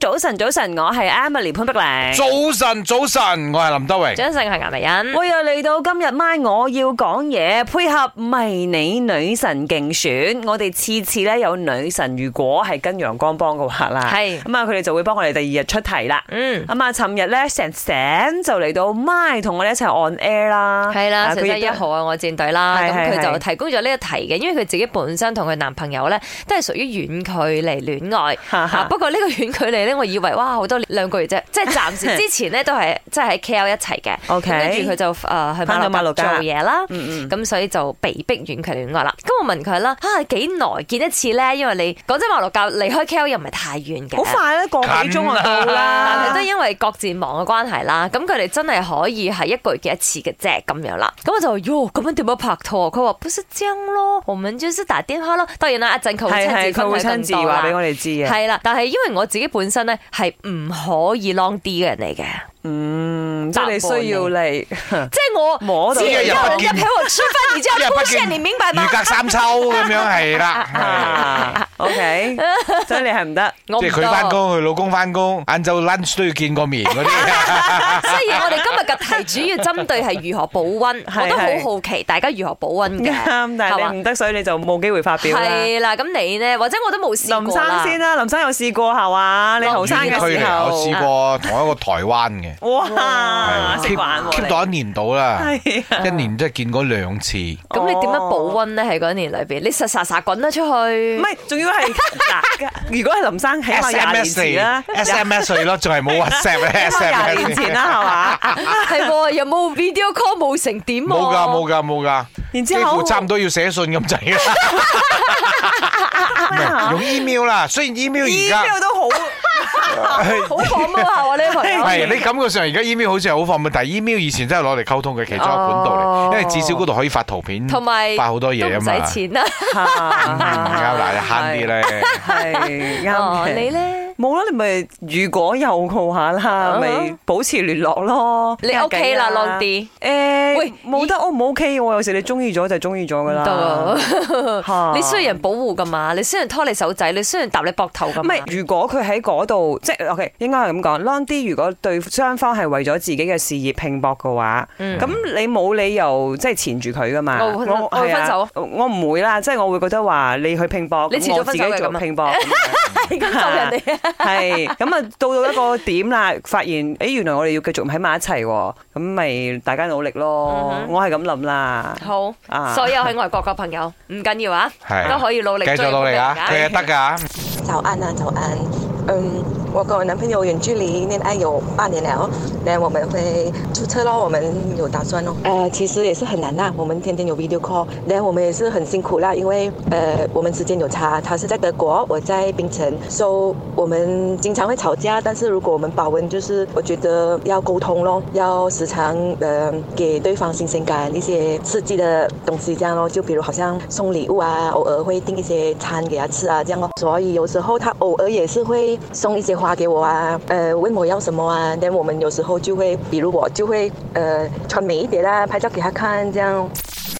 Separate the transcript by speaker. Speaker 1: 早晨，早晨，我係 Emily 潘碧玲。
Speaker 2: 早晨，早晨，我係林德榮。
Speaker 3: 掌聲係顏麗欣，
Speaker 1: 我又嚟到今日晚，我要講嘢，配合迷你女神競選，我哋次次咧有女神，如果係跟陽光幫嘅話啦，
Speaker 3: 係
Speaker 1: 咁啊，佢哋就會幫我哋第二日出題啦。
Speaker 3: 嗯，
Speaker 1: 咁啊，尋日咧成成就嚟到 My 同我哋一齊 on air 啦，
Speaker 3: 係啦，
Speaker 1: 啊
Speaker 3: 四
Speaker 1: 佢
Speaker 3: 一
Speaker 1: 亦
Speaker 3: 一
Speaker 1: 都
Speaker 3: 號啊，我戰隊啦，
Speaker 1: 係
Speaker 3: 咁
Speaker 1: 係
Speaker 3: 佢
Speaker 1: 係
Speaker 3: 就提供咗呢一題嘅，因為佢自己本身同佢男朋友咧都係屬於遠距離戀愛。
Speaker 1: 哈哈
Speaker 3: 啊不過呢個遠距離咧，我以為哇好多年兩 個月啫，即係暫時之前咧都係 即係喺 KL 一齊嘅。
Speaker 1: OK
Speaker 3: 咁跟住佢就誒去
Speaker 1: 返咗馬
Speaker 3: 馬
Speaker 1: 六
Speaker 3: 六
Speaker 1: 甲
Speaker 3: 甲做嘢啦，
Speaker 1: 嗯嗯
Speaker 3: 咁所以就被逼遠距離戀愛啦。咁我問佢啦，啊幾耐見一次咧？因為你講真馬六甲離開 KL 又唔係太遠嘅，
Speaker 1: 好快啦，個幾鐘就到
Speaker 3: 但
Speaker 1: 啦
Speaker 3: 係。都因為各自忙嘅關係啦，咁佢哋真係可以係一個月見一次嘅啫咁樣啦。咁我就話喲，咁樣點樣拍拖啊？佢話不是這樣咯，我們就是打電話咯。當然啦，阿振佢會
Speaker 1: 係係
Speaker 3: 親自
Speaker 1: 佢會
Speaker 3: 分享
Speaker 1: 親
Speaker 3: 咁
Speaker 1: 自
Speaker 3: 多
Speaker 1: 話
Speaker 3: 啦
Speaker 1: 俾。我哋知啊嘅。
Speaker 3: 係啦，但係因為我自己本身咧係唔可以 long D 嘅人嚟嘅，
Speaker 1: 嗯，即係你需要嚟。
Speaker 3: 即係我
Speaker 1: 摸到
Speaker 3: 只要
Speaker 2: 一日
Speaker 3: 有人
Speaker 2: 不
Speaker 3: 家
Speaker 2: 見
Speaker 3: 陪我吃飯，你就要出現，你明白嗎
Speaker 2: 如？隔三秋咁樣 係啦，
Speaker 1: 啊 OK，所以你係唔得。
Speaker 3: 我唔
Speaker 2: 即係佢
Speaker 3: 得
Speaker 2: 翻工，佢老公翻工，晏晝 lunch 都要見個面嗰啲。
Speaker 3: 所以我哋今日嘅題主要針對係如何保 温，
Speaker 1: 係
Speaker 3: 我都好好奇大家如何保温嘅，
Speaker 1: 啱，但係
Speaker 3: 嘛
Speaker 1: 你唔得，所以你就冇機會發表啦。
Speaker 3: 係啦，咁你呢？或者我都冇試
Speaker 1: 林
Speaker 3: 過啦
Speaker 1: 生先啦，林生有試過係嘛？ 你後生嘅
Speaker 2: 遠距
Speaker 1: 時
Speaker 2: 離我試
Speaker 1: 候，
Speaker 2: 過同一個台灣嘅
Speaker 1: 哇，啊識玩
Speaker 2: keep
Speaker 1: 喎
Speaker 2: keep 到一年到啦，
Speaker 1: 你係啊
Speaker 2: 一年即係見過兩次。
Speaker 3: 咁你點樣保
Speaker 1: 哦
Speaker 3: 温呢？喺嗰一年裏邊，你實實實滾得出去
Speaker 1: 唔。係，仲要係 嗱，如果係林生起碼廿年
Speaker 2: SMS
Speaker 1: 前啦
Speaker 2: 嚟，，SMS 嚟咯，仲係冇 WhatsApp 咧
Speaker 1: 起碼廿年
Speaker 2: ，SMS
Speaker 1: 前啦，係嘛？
Speaker 3: 係喎，有冇 video call 冇成點
Speaker 1: 啊
Speaker 3: 喎？
Speaker 2: 冇㗎冇㗎冇㗎，
Speaker 1: 然之
Speaker 2: 幾乎
Speaker 1: 後
Speaker 2: 差唔多要寫信咁滯 啦。唔係用 email 啦，雖然 email 而家。
Speaker 1: email 都好。
Speaker 3: 好放乜下喎呢個朋友。
Speaker 2: 係哎你感覺上而家 email 好似係好放，但係 email 以前真係攞嚟溝通嘅其中一個管道嚟，
Speaker 3: 哦
Speaker 2: 因為至少嗰度可以發圖片，
Speaker 3: 同埋
Speaker 2: 發好多
Speaker 3: 都
Speaker 2: 嘢啊
Speaker 3: 唔
Speaker 2: 嘛。
Speaker 3: 使錢啊啦。
Speaker 2: 嗯啱啦，慳啲咧。
Speaker 1: 係啱
Speaker 3: 哦，
Speaker 1: 嘅
Speaker 3: 你咧？
Speaker 1: 冇啦，你咪如果有告下啦，
Speaker 3: 嗯
Speaker 1: 咪保持聯絡咯。
Speaker 3: 你 OK 啦
Speaker 1: 傾下偈啊
Speaker 3: 浪啲
Speaker 1: 誒，
Speaker 3: 喂
Speaker 1: 冇得 O 唔 OK 喎？有時你中意咗就中意咗噶啦。 哦
Speaker 3: 得
Speaker 1: 嚇
Speaker 3: 你需要人保護噶嘛？你需要人拖你手仔，你需要人搭你膊頭噶
Speaker 1: 唔
Speaker 3: 嘛？
Speaker 1: 係，如果佢喺嗰度，即係 OK，應該係咁講。long 啲，如果對雙方係為咗自己嘅事業拼搏嘅話，
Speaker 3: 嗯哦
Speaker 1: 咁、你冇理由即係纏住佢噶嘛。
Speaker 3: 我會分我會
Speaker 1: 係啊
Speaker 3: 分手啊
Speaker 1: 我唔會啦，即係我會覺得話你去拼搏，
Speaker 3: 你遲早
Speaker 1: 我自己
Speaker 3: 分手嘅
Speaker 1: 做
Speaker 3: 咁啊
Speaker 1: 拼搏。
Speaker 3: 係咁咒人 哋啊！
Speaker 1: 係咁啊，到到一個點啦，發現誒原來我哋要繼續喺埋一齊喎，咁咪大家努力咯
Speaker 3: 嗯。哼
Speaker 1: 我係咁諗啦。
Speaker 3: 好
Speaker 1: 啊，
Speaker 3: 所有喺外國嘅朋友唔緊要啊，
Speaker 2: 係
Speaker 3: 都可以努力
Speaker 2: 繼
Speaker 3: 追
Speaker 2: 續努力啊，佢係得㗎。
Speaker 4: 早安啊，早安。嗯，我跟我男朋友远距离恋爱有半年了，那我们会注册咯，我们有打算哦。呃，其实也是很难啦，我们天天有 video call，然后我们也是很辛苦啦，因为呃我们之间有差，他是在德国，我在槟城，so 我们经常会吵架，但是如果我们保温，就是我觉得要沟通咯，要时常呃给对方新鲜感，一些刺激的东西这样咯，就比如好像送礼物啊，偶尔会订一些餐给他吃啊，这样哦。所以有时候他偶尔也是会送一些花给我啊，呃，问我要什么啊。但我们有时候就会，比如我就会呃穿美一点啊，拍照给他看这样。